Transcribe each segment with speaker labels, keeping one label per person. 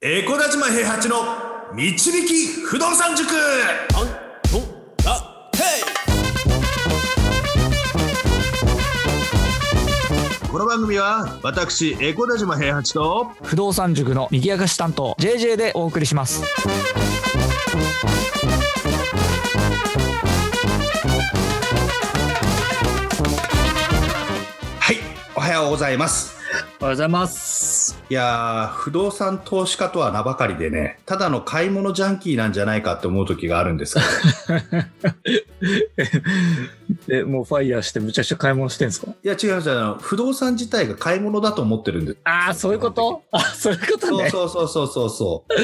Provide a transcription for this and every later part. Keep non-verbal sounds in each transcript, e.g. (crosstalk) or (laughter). Speaker 1: エコダ島平八の導き不動産塾
Speaker 2: アントンラヘ
Speaker 1: この番組は私エコダ島平八と
Speaker 3: 不動産塾の右明かし担当 JJ でお送りします
Speaker 1: はいおはようございます
Speaker 3: おはようございます
Speaker 1: いやー不動産投資家とは名ばかりでねただの買い物ジャンキーなんじゃないかって思う時があるん (laughs) ですけど
Speaker 3: (laughs) えもうファイヤーしてむちゃくちゃ買い物してんすか
Speaker 1: いや違いますあの不動産自体が買い物だと思ってるんです
Speaker 3: ああそういうことあそういうこと
Speaker 1: そう
Speaker 3: ね
Speaker 1: そうそうそうそうそう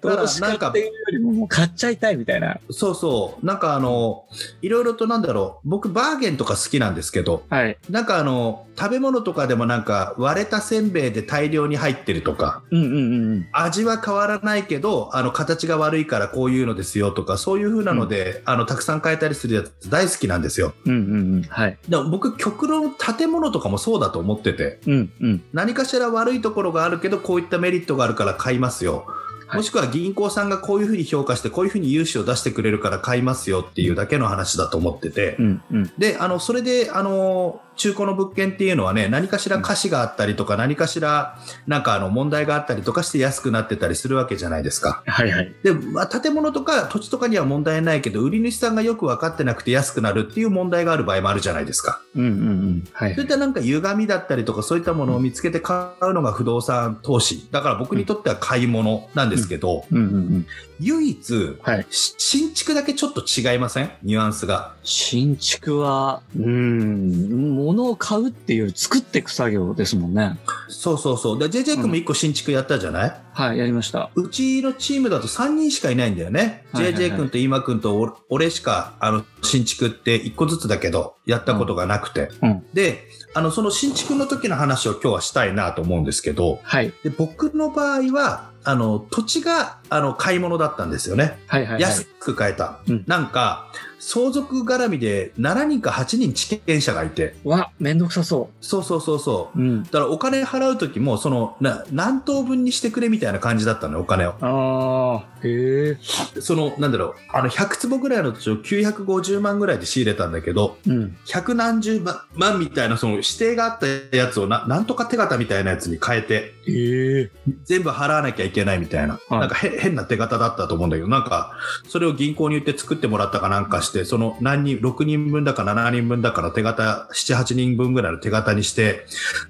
Speaker 3: 投
Speaker 1: だから
Speaker 3: 資
Speaker 1: なん
Speaker 3: 家
Speaker 1: か
Speaker 3: っていうよりももう買っちゃいたいみたいな
Speaker 1: そうそうなんかあのいろいろとなんだろう僕バーゲンとか好きなんですけど
Speaker 3: はい
Speaker 1: なんかあの食べ物とかでもなんか割れたせんべいで大量に入ってるとか
Speaker 3: うんうんうんうん
Speaker 1: 味は変わらないけどあの形が悪いからこういうのですよとかそういう風なので、あのたくさん変えたりするやつ大好きなんですよ
Speaker 3: うんうんうんはい
Speaker 1: でも僕極論建物とかもそうだと思ってて
Speaker 3: うんうん
Speaker 1: 何かしら悪いところがあるけどこういったメリットがあるから買いますよ、
Speaker 3: はい
Speaker 1: もしくは銀行さんがこういう風に評価してこういう風に融資を出してくれるから買いますよっていうだけの話だと思ってて、
Speaker 3: うんうん
Speaker 1: で、あの、それで、あの、中古の物件っていうのはね、何かしら瑕疵があったりとか、何かしら、なんかあの、問題があったりとかして安くなってたりするわけじゃないですか。
Speaker 3: はいはい
Speaker 1: で、まあ、建物とか土地とかには問題ないけど、売り主さんがよく分かってなくて安くなるっていう問題がある場合もあるじゃないですか。
Speaker 3: うんうんうんはい
Speaker 1: そういったなんか歪みだったりとか、そういったものを見つけて買うのが不動産投資。だから僕にとっては買い物なんですけど、
Speaker 3: うんうんうん
Speaker 1: 唯一、
Speaker 3: はい
Speaker 1: し新築だけちょっと違いませんニュアンスが。
Speaker 3: 新築はうん物を買うっていうより作っていく作業ですもんね
Speaker 1: そうそうそう。で、JJ 君も一個新築やったじゃない、
Speaker 3: はいやりました
Speaker 1: うちのチームだと3人しかいないんだよね。
Speaker 3: はいはいはい
Speaker 1: JJ 君と今君とお俺しか、あの、新築って1個ずつだけど、やったことがなくて。
Speaker 3: うん
Speaker 1: で、あの、その新築の時の話を今日はしたいなと思うんですけど、
Speaker 3: はい
Speaker 1: で僕の場合は、あの、土地が、あの、買い物だったんですよね。
Speaker 3: はいはいはい
Speaker 1: 安く買えた。
Speaker 3: うん
Speaker 1: なんか、相続絡みで7人か8人地権者がいて、
Speaker 3: わめんどくさそ
Speaker 1: そうそうそうそう。
Speaker 3: ううん
Speaker 1: だからお金払う時も、その、な何等分にしてくれみたいな感じだったのよ、お金を。
Speaker 3: ああ、へえ。
Speaker 1: その、なんだろう、あの、100坪ぐらいの土地を950万ぐらいで仕入れたんだけど、
Speaker 3: うん。
Speaker 1: 百何十万万みたいな、その指定があったやつをな、なんとか手形みたいなやつに変えて、
Speaker 3: ええ。
Speaker 1: 全部払わなきゃいけないみたいな、
Speaker 3: はい
Speaker 1: なんかへ変な手形だったと思うんだけど、なんか、それを銀行に言って作ってもらったかなんかして、その何人、6人分だか7人分だかの手形、7、8人分ぐらいの手形にして、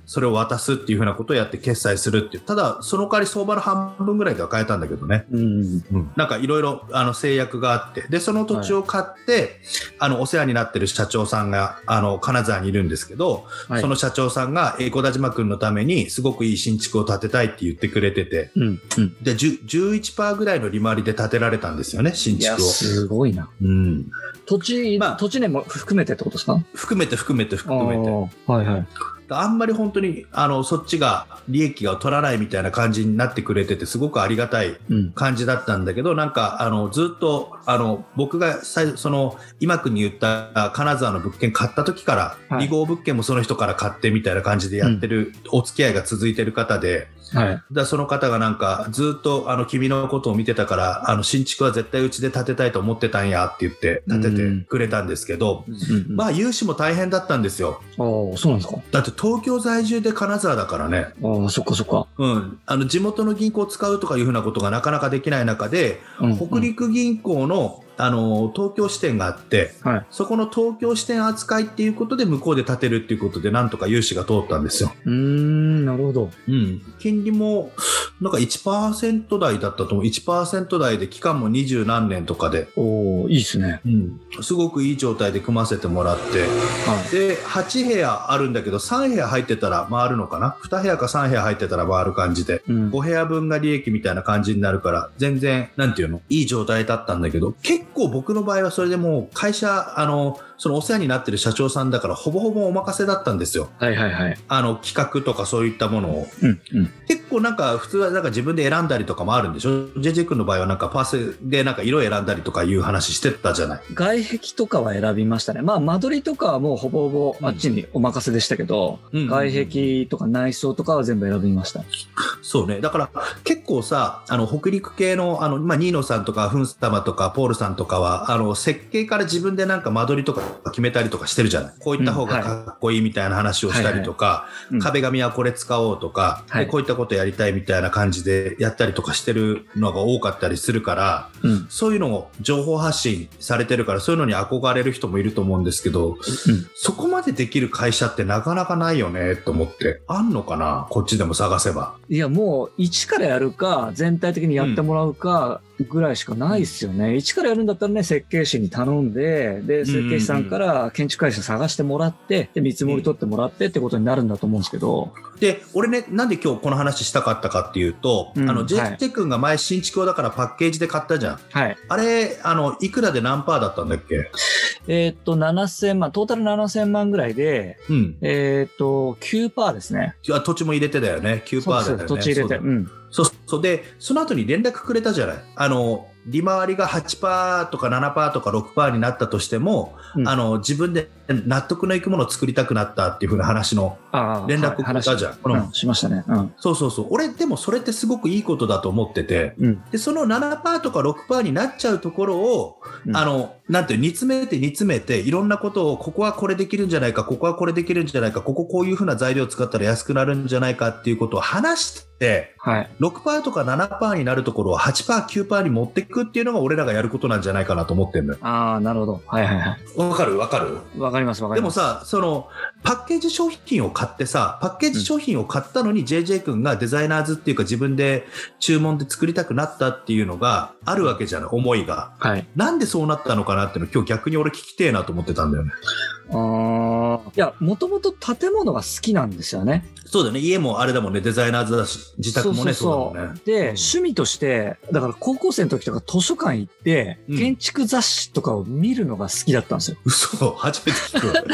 Speaker 1: それを渡すっていうふうなことをやって決済するっていう。ただ、その代わり相場の半分ぐらいでは変えたんだけどね。
Speaker 3: うん。
Speaker 1: なんかいろいろあの制約があって、で、その土地を買って、あの、お世話になってる社長さんが、あの、金沢にいるんですけど、
Speaker 3: はい
Speaker 1: その社長さんが、えー、小田島くんのために、すごくいい新築を建てたいって言ってくれてて、
Speaker 3: うん。うん。
Speaker 1: で、10 11%ぐらいの利回りで建てられたんですよね、新
Speaker 3: いや、
Speaker 1: 築を。
Speaker 3: すごいな。
Speaker 1: うん。
Speaker 3: 土地、
Speaker 1: まあ
Speaker 3: 土地ねも含めてってことですか
Speaker 1: 含めて含めて含めて。
Speaker 3: あーはいはい。
Speaker 1: あんまり本当に、あの、そっちが利益が取らないみたいな感じになってくれてて、すごくありがたい
Speaker 3: うん。
Speaker 1: 感じだったんだけど、なんか、あの、ずっと、あの、僕が最初、その、今君に言った金沢の物件買った時から、
Speaker 3: はい
Speaker 1: 2号物件もその人から買ってみたいな感じでやってる、お付き合いが続いてる方で、
Speaker 3: はい。
Speaker 1: だその方がなんか、ずっと、あの、君のことを見てたから、あの、新築は絶対うちで建てたいと思ってたんやって言って、建ててくれたんですけど、
Speaker 3: うん
Speaker 1: まあ、融資も大変だったんですよ。
Speaker 3: ああ、そうなんですか。
Speaker 1: だって東京在住で金沢だからね。
Speaker 3: ああ、そっかそっか。
Speaker 1: うん。あの、地元の銀行を使うとかいうふうなことがなかなかできない中で、
Speaker 3: うん
Speaker 1: 北。陸銀行の、あの東京支店があって、
Speaker 3: はい
Speaker 1: そこの東京支店扱いっていうことで向こうで建てるっていうことでなんとか融資が通ったんですよ、
Speaker 3: うんうーん、なるほど。
Speaker 1: うん、金利もなんか1%台だったと思う1%台で期間も二十何年とかで、
Speaker 3: おおいいですね。
Speaker 1: うん、すごくいい状態で組ませてもらって
Speaker 3: は
Speaker 1: で8部屋あるんだけど3部屋入ってたら回るのかな2部屋か3部屋入ってたら回る感じで
Speaker 3: い。うん。
Speaker 1: 5部屋分が利益みたいな感じになるから、全然、なんていうの、いい状態だったんだけど、結構僕の場合はそれでもう会社、あの、そのお世話になってる社長さんだから、ほぼほぼお任せだったんですよ。
Speaker 3: はいはいはい。
Speaker 1: あの、企画とかそういったものを。
Speaker 3: うんうん。
Speaker 1: 結構なんか、普通はなんか自分で選んだりとかもあるんでしょ ?JJ 君の場合はなんかパースでなんか色選んだりとかいう話してたじゃない。
Speaker 3: 外壁とかは選びましたね。まあ、間取りとかはもうほぼほぼあっちにお任せでしたけど、
Speaker 1: うん
Speaker 3: 外壁とか内装とかは全部選びました。
Speaker 1: そうね。だから結構さ、あの、北陸系の、あの、まあ、ニーノさんとか、フンスタマとか、ポールさんとかは、あの、設計から自分でなんか間取りとか決めたりとかしてるじゃない。こういった方
Speaker 3: う
Speaker 1: が
Speaker 3: んはい
Speaker 1: かっこいいみたいな話をしたりとか、
Speaker 3: うん
Speaker 1: 壁紙はこれ使おうとか、
Speaker 3: はい
Speaker 1: でこういったことやりたいみたいな感じでやったりとかしてるのが多かったりするから、
Speaker 3: うん。
Speaker 1: そういうのを情報発信されてるから、そういうのに憧れる人もいると思うんですけど、そこまでできる会社ってなかなかないよね、と思って。あんのかなこっちでも探せば。
Speaker 3: いや、もう、一からやるか、全体的にやってもらうか、ぐらいしかないですよね。一からやるんだったらね、設計士に頼んで、で、設計士さんから建築会社探してもらって、で、見積もり取ってもらってってことになるんだと思うんですけど、
Speaker 1: で、俺ね、なんで今日この話したかったかっていうと、
Speaker 3: うん
Speaker 1: あの、
Speaker 3: はい
Speaker 1: JT 君が前新築をだからパッケージで買ったじゃん。
Speaker 3: はい。
Speaker 1: あれ、あの、いくらで何パーだったんだっけ
Speaker 3: えーっと、7000万、トータル7000万ぐらいで、
Speaker 1: うん。
Speaker 3: えーっと、9%ですね。
Speaker 1: いや土地も入れてだよね。9%
Speaker 3: そう
Speaker 1: だ
Speaker 3: で
Speaker 1: よ
Speaker 3: す
Speaker 1: ね。
Speaker 3: 土地入れ
Speaker 1: そ
Speaker 3: て。
Speaker 1: う
Speaker 3: う
Speaker 1: だ
Speaker 3: ん。
Speaker 1: そうそう。で、その後に連絡くれたじゃない。あの、利回りが8%とか7%とか6%になったとしても、
Speaker 3: うん
Speaker 1: あの、自分で納得のいくものを作りたくなったっていうふうな話の、
Speaker 3: ああ。
Speaker 1: 連絡
Speaker 3: はい
Speaker 1: 来たじゃん
Speaker 3: 話うんうんしましたね。うん。
Speaker 1: そうそうそう。俺、でもそれってすごくいいことだと思ってて、
Speaker 3: うん。
Speaker 1: で、その7%とか6%になっちゃうところを、
Speaker 3: うん
Speaker 1: あの、なんていう、煮詰めて煮詰めて、いろんなことを、ここはこれできるんじゃないか、ここはこれできるんじゃないか、こここういうふうな材料を使ったら安くなるんじゃないかっていうことを話して、
Speaker 3: はい。
Speaker 1: 6%とか7%になるところを8%、9%に持っていくっていうのが俺らがやることなんじゃないかなと思ってんのよ。
Speaker 3: ああ、なるほど。はいはいは
Speaker 1: わかるわかる
Speaker 3: い。わかりますわか
Speaker 1: で
Speaker 3: り
Speaker 1: も
Speaker 3: ます。
Speaker 1: さ、その、パッケージ商品を買ってさ、パッケージ商品を買ったのに JJ 君がデザイナーズっていうか自分で注文で作りたくなったっていうのがあるわけじゃない、思いが。
Speaker 3: はい。
Speaker 1: なんでそうなったのかなっていうの今日逆に俺聞きてえなと思ってたんだよね。
Speaker 3: ああ。いや、もともと建物が好きなんですよね。
Speaker 1: そうだよね、家もあれだもんね、デザイナーズだし、自宅もね、そうだもんね。
Speaker 3: で、
Speaker 1: ん
Speaker 3: 趣味として、だから高校生の時とか図書館行って、
Speaker 1: うん
Speaker 3: 建築雑誌とかを見るのが好きだったんですよ。
Speaker 1: (laughs) 嘘、初めて聞く。 (laughs)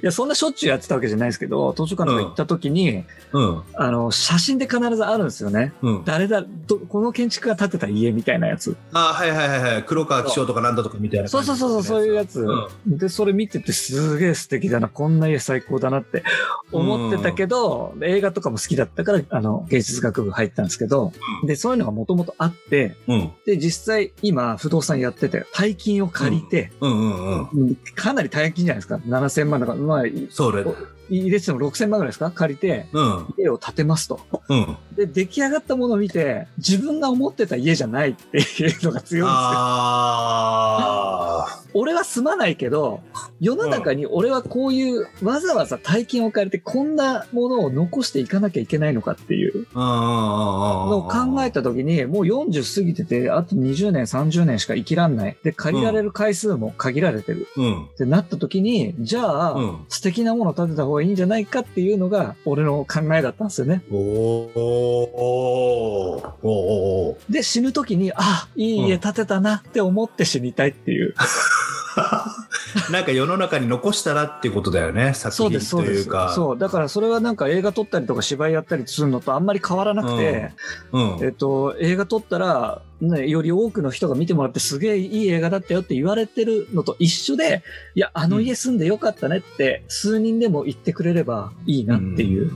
Speaker 3: いや、そんなしょっちゅうやってたわけじゃないですけど、図書館とか行った時に、
Speaker 1: うん、
Speaker 3: あの、写真で必ずあるんですよね。
Speaker 1: うん。
Speaker 3: 誰だ、ど、この建築が建てた家みたいなやつ。
Speaker 1: あはいはいはいはい、黒川紀章とかなんだとかみたいな
Speaker 3: そう
Speaker 1: 感じ
Speaker 3: そ
Speaker 1: の
Speaker 3: う
Speaker 1: ね。
Speaker 3: そうそう、そういうやつ。
Speaker 1: うん
Speaker 3: で、それ見ててすげえ素敵だな、こんな家最高だなって思ってたけど、映画とかも好きだったから、あの、芸術学部入ったんですけど、で、そういうのがもともとあって、
Speaker 1: うん、
Speaker 3: で、実際今、不動産やってて、大金を借りて、
Speaker 1: うん、うん、うん。
Speaker 3: うんかなり大金じゃないですか。7000万だから、まあ、い
Speaker 1: そうだよね
Speaker 3: 入れてても6000万ぐらいですか借りて、
Speaker 1: うん、
Speaker 3: 家を建てますと。
Speaker 1: うん。
Speaker 3: で、出来上がったものを見て、自分が思ってた家じゃないっていうのが強いんですよ。
Speaker 1: あ
Speaker 3: 俺は住まないけど、世の中に俺はこういう、わざわざ大金を借りてこんなものを残していかなきゃいけないのかっていう
Speaker 1: あ、うんうんうんうんうん。
Speaker 3: のを考えた時に、もう40過ぎてて、あと20年、30年しか生きらんない。で、借りられる回数も限られてる。
Speaker 1: うん、
Speaker 3: ってなった時に、じゃあ、
Speaker 1: うん。
Speaker 3: 素敵なものを建てた方がいいんじゃないかっていうのが、俺の考えだったんですよね。
Speaker 1: おーおーおー
Speaker 3: で、死ぬ時に、あ、いい家建てたなって思って死にたいっていう。
Speaker 1: なんか世の中に残したらっていうことだよね、
Speaker 3: そ
Speaker 1: 作
Speaker 3: う
Speaker 1: 品
Speaker 3: です、そ
Speaker 1: と
Speaker 3: うで
Speaker 1: い
Speaker 3: す
Speaker 1: うか。。
Speaker 3: そう。だからそれはなんか映画撮ったりとか芝居やったりするのとあんまり変わらなくて、
Speaker 1: うん
Speaker 3: えっと、映画撮ったら、ね、より多くの人が見てもらってすげえいい映画だったよって言われてるのと一緒で、いや、あの家住んでよかったねって数人でも言ってくれればいいなっていう。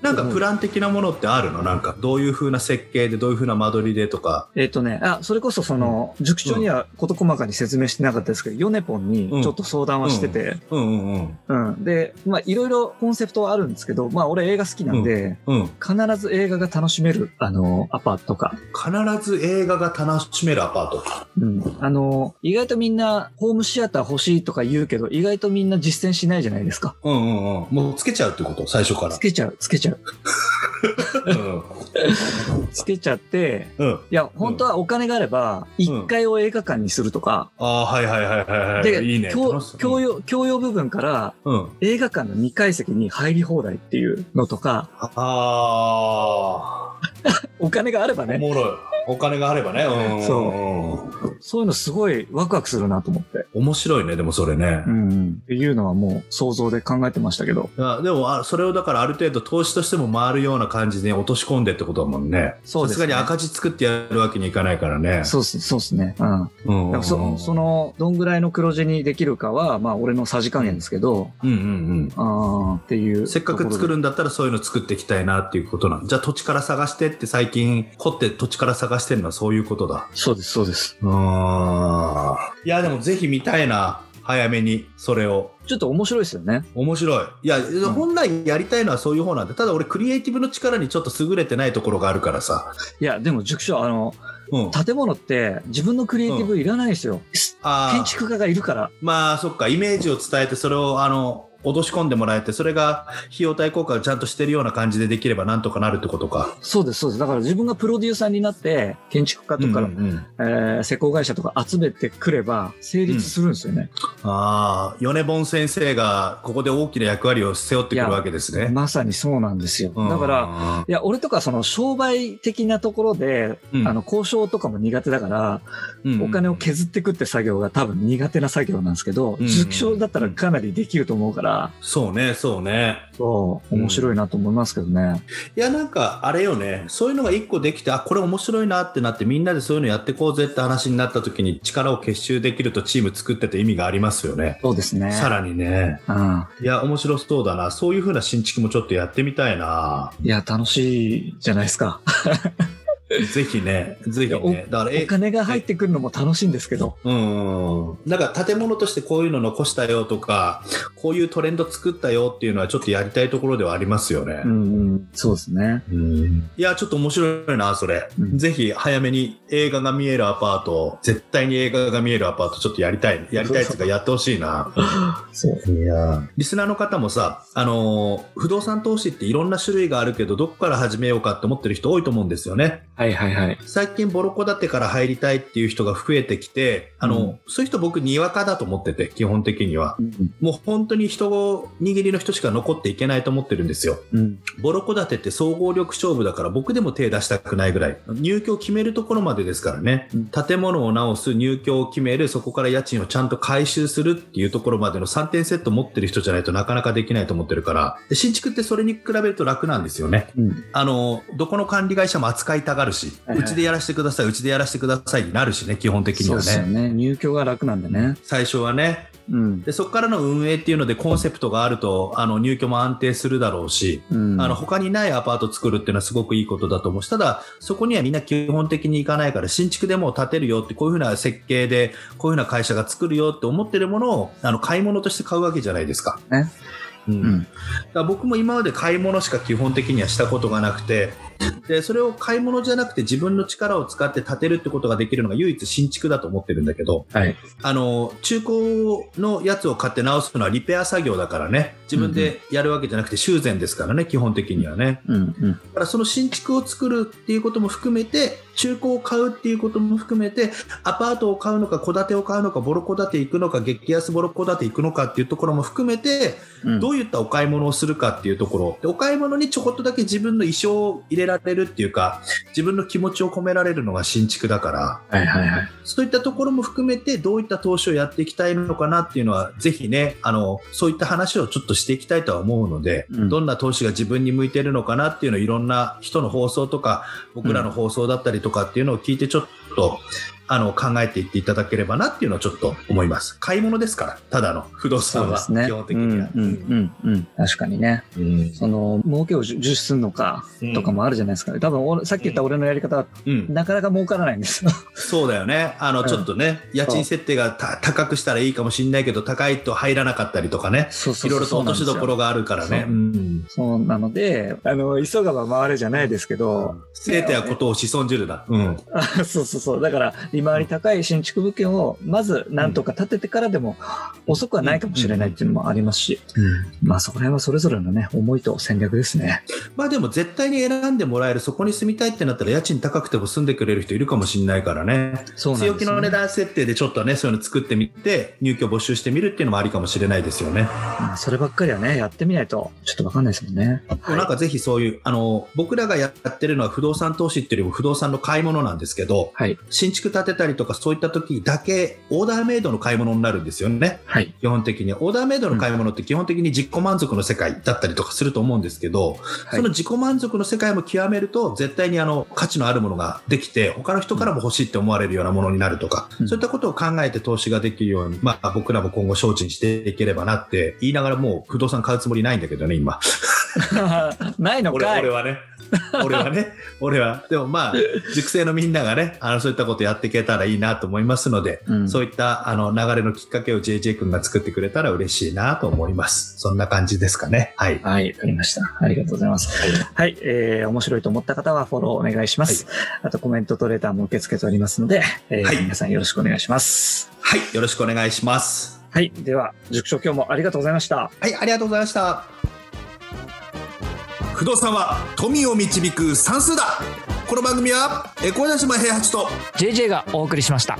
Speaker 1: なんかプラン的なものってあるのなんかどういう風な設計でどういう風な間取りでとか。
Speaker 3: えっとね、あ、それこそその、塾長には事細かに説明してなかったですけど、ヨネポンにちょっと相談はしてて、
Speaker 1: うんうんうん。
Speaker 3: うん。で、まあいろいろコンセプトはあるんですけど、まあ俺映画好きなんで、
Speaker 1: うん。
Speaker 3: 必ず映画が楽しめる、あの、アパートとか、
Speaker 1: 必ず映画が楽しめるアパート。
Speaker 3: うん。あの、意外とみんな、ホームシアター欲しいとか言うけど、意外とみんな実践しないじゃないですか。
Speaker 1: うんうんうん。もうつけちゃうってこと最初から
Speaker 3: つ。けちゃう、つけちゃう。
Speaker 1: うん。
Speaker 3: つけちゃって、
Speaker 1: うん。
Speaker 3: いや、本当はお金があれば、1階を映画館にするとか、
Speaker 1: ああ、はいはいはいはいはい。
Speaker 3: で、
Speaker 1: いいね。
Speaker 3: 教
Speaker 1: 楽しそう
Speaker 3: 教養、教養部分から、
Speaker 1: うん。
Speaker 3: 映画館の2階席に入り放題っていうのとか、
Speaker 1: ああ、
Speaker 3: お金があれば
Speaker 1: お
Speaker 3: ね、
Speaker 1: もろい。お金があればね。うんんん。
Speaker 3: そうそういうのすごいワクワクするなと思って。
Speaker 1: 面白いね、でもそれね。
Speaker 3: うん。っていうのはもう想像で考えてましたけど。
Speaker 1: あでもあ、それをだからある程度投資としても回るような感じで落とし込んでってことだもんね。
Speaker 3: そうで
Speaker 1: さ
Speaker 3: す
Speaker 1: す
Speaker 3: ね
Speaker 1: がに赤字作ってやるわけにいかないからね。
Speaker 3: そうっす、そうですね。うん。
Speaker 1: うんうんう
Speaker 3: だから
Speaker 1: ん
Speaker 3: そその、どんぐらいの黒字にできるかは、まあ、俺のさじ加減ですけど、
Speaker 1: うんうん
Speaker 3: あーっていうう。
Speaker 1: ん。せっかく作。るんだったらそういうの作っていきたいなっていうことなんじゃあ土地から探してって最近掘って土地から探してるのはそういうことだ。
Speaker 3: そうです、そうです。
Speaker 1: うーん。いや、でもぜひ見たいな。早めに、それを。
Speaker 3: ちょっと面白いですよね。
Speaker 1: 面白い。いや、
Speaker 3: ん
Speaker 1: 本来やりたいのはそういう方なんで、ただ俺クリエイティブの力にちょっと優れてないところがあるからさ。
Speaker 3: いや、でも、塾長、あの、
Speaker 1: うん。
Speaker 3: 建物って自分のクリエイティブいらないですよ。
Speaker 1: あ
Speaker 3: 建
Speaker 1: ー
Speaker 3: 築家がいるから。
Speaker 1: まあ、そっか、イメージを伝えて、それを、あの、脅し込んでもらえて、それが費用対効果をちゃんとしてるような感じでできればなんとかなるってことか。
Speaker 3: そうです、そうです。だから自分がプロデューサーになって、建築家とか、
Speaker 1: うんうんうん
Speaker 3: えー施工会社とか集めてくれば、成立するんですよね。
Speaker 1: ああ、米本先生がここで大きな役割を背負ってくるわけですね。
Speaker 3: まさにそうなんですよ。
Speaker 1: うん
Speaker 3: だから、、いや、俺とかその商売的なところで、
Speaker 1: うん
Speaker 3: あの、交渉とかも苦手だから、
Speaker 1: うんうん
Speaker 3: お金を削っていくって作業が多分苦手な作業なんですけど、
Speaker 1: うん
Speaker 3: 熟商だったらかなりできると思うから、
Speaker 1: そうね、そうね。
Speaker 3: そう、面白いなと思いますけどね。
Speaker 1: いや、なんか、あれよね、そういうのが一個できて、あ、これ面白いなってなって、みんなでそういうのやってこうぜって話になった時に、力を結集できるとチーム作ってて意味がありますよね。
Speaker 3: そうですね。
Speaker 1: さらにね。
Speaker 3: うん。
Speaker 1: いや、面白そうだな。そういう風な新築もちょっとやってみたいな。
Speaker 3: いや、楽しいじゃないですか。
Speaker 1: ぜひね、ぜひ
Speaker 3: いや
Speaker 1: ね。だから、
Speaker 3: お
Speaker 1: え、
Speaker 3: 金が入ってくるのも楽しいんですけど。
Speaker 1: うん。なんか建物としてこういうの残したよとか、こういうトレンド作ったよっていうのはちょっとやりたいところではありますよね。
Speaker 3: うん、うん、そうですね。
Speaker 1: うんいや、ちょっと面白いな、それ。
Speaker 3: うん
Speaker 1: ぜひ、早めに映画が見えるアパート、絶対に映画が見えるアパート、ちょっとやりたい。やりたいっていうか、やってほしいな。
Speaker 3: そう。
Speaker 1: いやリスナーの方もさ、あのー不動産投資っていろんな種類があるけど、どこから始めようかって思ってる人多いと思うんですよね。
Speaker 3: はいはいはい。
Speaker 1: 最近、ボロコ建てから入りたいっていう人が増えてきて、あの、
Speaker 3: うん
Speaker 1: そういう人僕、にわかだと思ってて、基本的には。
Speaker 3: うん、
Speaker 1: もう本当に人を、握りの人しか残っていけないと思ってるんですよ。
Speaker 3: うん、
Speaker 1: ボロコ建てって総合力勝負だから僕でも手出したくないぐらい入居を決めるところまでですからね
Speaker 3: うん
Speaker 1: 建物を直す入居を決めるそこから家賃をちゃんと回収するっていうところまでの3点セット持ってる人じゃないとなかなかできないと思ってるからで新築ってそれに比べると楽なんですよね
Speaker 3: うん。
Speaker 1: あのどこの管理会社も扱いたがるし
Speaker 3: はいはいう
Speaker 1: ちでやらせてくださいうちでやらせてくださいになるしね基本的に
Speaker 3: そう
Speaker 1: は
Speaker 3: ですよ
Speaker 1: ね
Speaker 3: ね。入居が楽なんでね。
Speaker 1: 最初はね
Speaker 3: うん。
Speaker 1: でそこからの運営っていうのでコンセプトがあるとあの入居も安定するだろうし
Speaker 3: うん、
Speaker 1: あの、他にないアパート作るっていうのはすごくいいことだと思うし、ただ、そこにはみんな基本的に行かないから、新築でも建てるよって、こういうふうな設計で、こういうふうな会社が作るよって思ってるものを、あの、買い物として買うわけじゃないですか。
Speaker 3: ね
Speaker 1: うん。
Speaker 3: うん
Speaker 1: だから僕も今まで買い物しか基本的にはしたことがなくて、で、それを買い物じゃなくて自分の力を使って建てるってことができるのが唯一新築だと思ってるんだけど、
Speaker 3: はい。
Speaker 1: あの、中古のやつを買って直すのはリペア作業だからね。自分でやるわけじゃなくて修繕ですからね、基本的にはね。
Speaker 3: うん、うん。
Speaker 1: だからその新築を作るっていうことも含めて、中古を買うっていうことも含めて、アパートを買うのか、戸建てを買うのか、ボロ戸建て行くのか、激安ボロ戸建て行くのかっていうところも含めて、
Speaker 3: うん
Speaker 1: どういったお買い物をするかっていうところ。でお買い物にちょこっとだけ自分の意匠を入れられるっていうか、自分の気持ちを込められるのが新築だから。
Speaker 3: はいはいはい。
Speaker 1: そういったところも含めて、どういった投資をやっていきたいのかなっていうのは、ぜひね、あの、そういった話をちょっとしていきたいとは思うので、
Speaker 3: うん
Speaker 1: どんな投資が自分に向いてるのかなっていうのを、いろんな人の放送とか、僕らの放送だったりとかっていうのを聞いて、ちょっと、あの、考えていっていただければなっていうのはちょっと思います。買い物ですから、ただの不動
Speaker 3: そう
Speaker 1: 産
Speaker 3: で
Speaker 1: は、
Speaker 3: すね。
Speaker 1: 基本的には。
Speaker 3: うん、うん、うんうん。確かにね。
Speaker 1: うん
Speaker 3: その、儲けを重視するのか
Speaker 1: うん
Speaker 3: とかもあるじゃないですか。多分俺、さっき言った俺のやり方は、
Speaker 1: うん
Speaker 3: なかなか儲からないんですよ。
Speaker 1: そうだよね。あの、
Speaker 3: うん
Speaker 1: ちょっとね、家賃設定がた高くしたらいいかもしれないけど、高いと入らなかったりとかね。
Speaker 3: そう
Speaker 1: (laughs)
Speaker 3: そ
Speaker 1: いろいろと落としどころがあるからね
Speaker 3: そう。そうなので、あの、急がば回れじゃないですけど、
Speaker 1: 生てはことを子孫じるだ。うん。
Speaker 3: あ (laughs) そうそうそう。だから、利回り高い新築物件を、まずなんとか建ててからでも、遅くはないかもしれないっていうのもありますし、まあそこら辺はそれぞれのね、思いと戦略ですね。
Speaker 1: まあでも絶対に選んでもらえる、そこに住みたいってなったら家賃高くても住んでくれる人いるかもしれないからね。
Speaker 3: そうなんです、
Speaker 1: 強
Speaker 3: ね。
Speaker 1: 気の値段設定でちょっとね、そういうの作ってみて、入居募集してみるっていうのもありかもしれないですよね。
Speaker 3: まあそればっかりはね、やってみないと、ちょっとわかんないですもんね。
Speaker 1: なんかぜひそういう、あの、僕らがやってるのは不動産投資っていうよりも不動産の買い物なんですけど、
Speaker 3: はい。はい。
Speaker 1: 新築建てたりとかそういった時だけオーダーメイドの買い物になるんですよね。
Speaker 3: はい。
Speaker 1: 基本的に。オーダーメイドの買い物って基本的に自己満足の世界だったりとかすると思うんですけど、
Speaker 3: はい
Speaker 1: その自己満足の世界も極めると、絶対にあの価値のあるものができて、他の人からも欲しいって思われるようなものになるとか、
Speaker 3: うん
Speaker 1: そういったことを考えて投資ができるように、まあ僕らも今後精進していければなって言いながらもう不動産買うつもりないんだけどね、今。
Speaker 3: (laughs) ないの
Speaker 1: 俺
Speaker 3: かい
Speaker 1: 俺はね。俺は
Speaker 3: (laughs)
Speaker 1: ね。俺は。でもまあ、熟成のみんながね、あの、そういったことやっていけたらいいなと思いますので、
Speaker 3: うん
Speaker 1: そういったあの流れのきっかけを JJ 君が作ってくれたら嬉しいなと思います。そんな感じですかね。はい。
Speaker 3: はい、わかりました。ありがとうございます。はい、えー、面白いと思った方はフォローお願いします。あとコメントとレターも受け付けておりますので、えー
Speaker 1: はい
Speaker 3: 皆さんよろしくお願いします。
Speaker 1: はい。よろしくお願いします。
Speaker 3: はい、では、塾長今日もありがとうございました。
Speaker 1: はい。ありがとうございました。
Speaker 2: 不動産は富を導く算数だこの番組はえ小出島平八と
Speaker 3: JJ がお送りしました。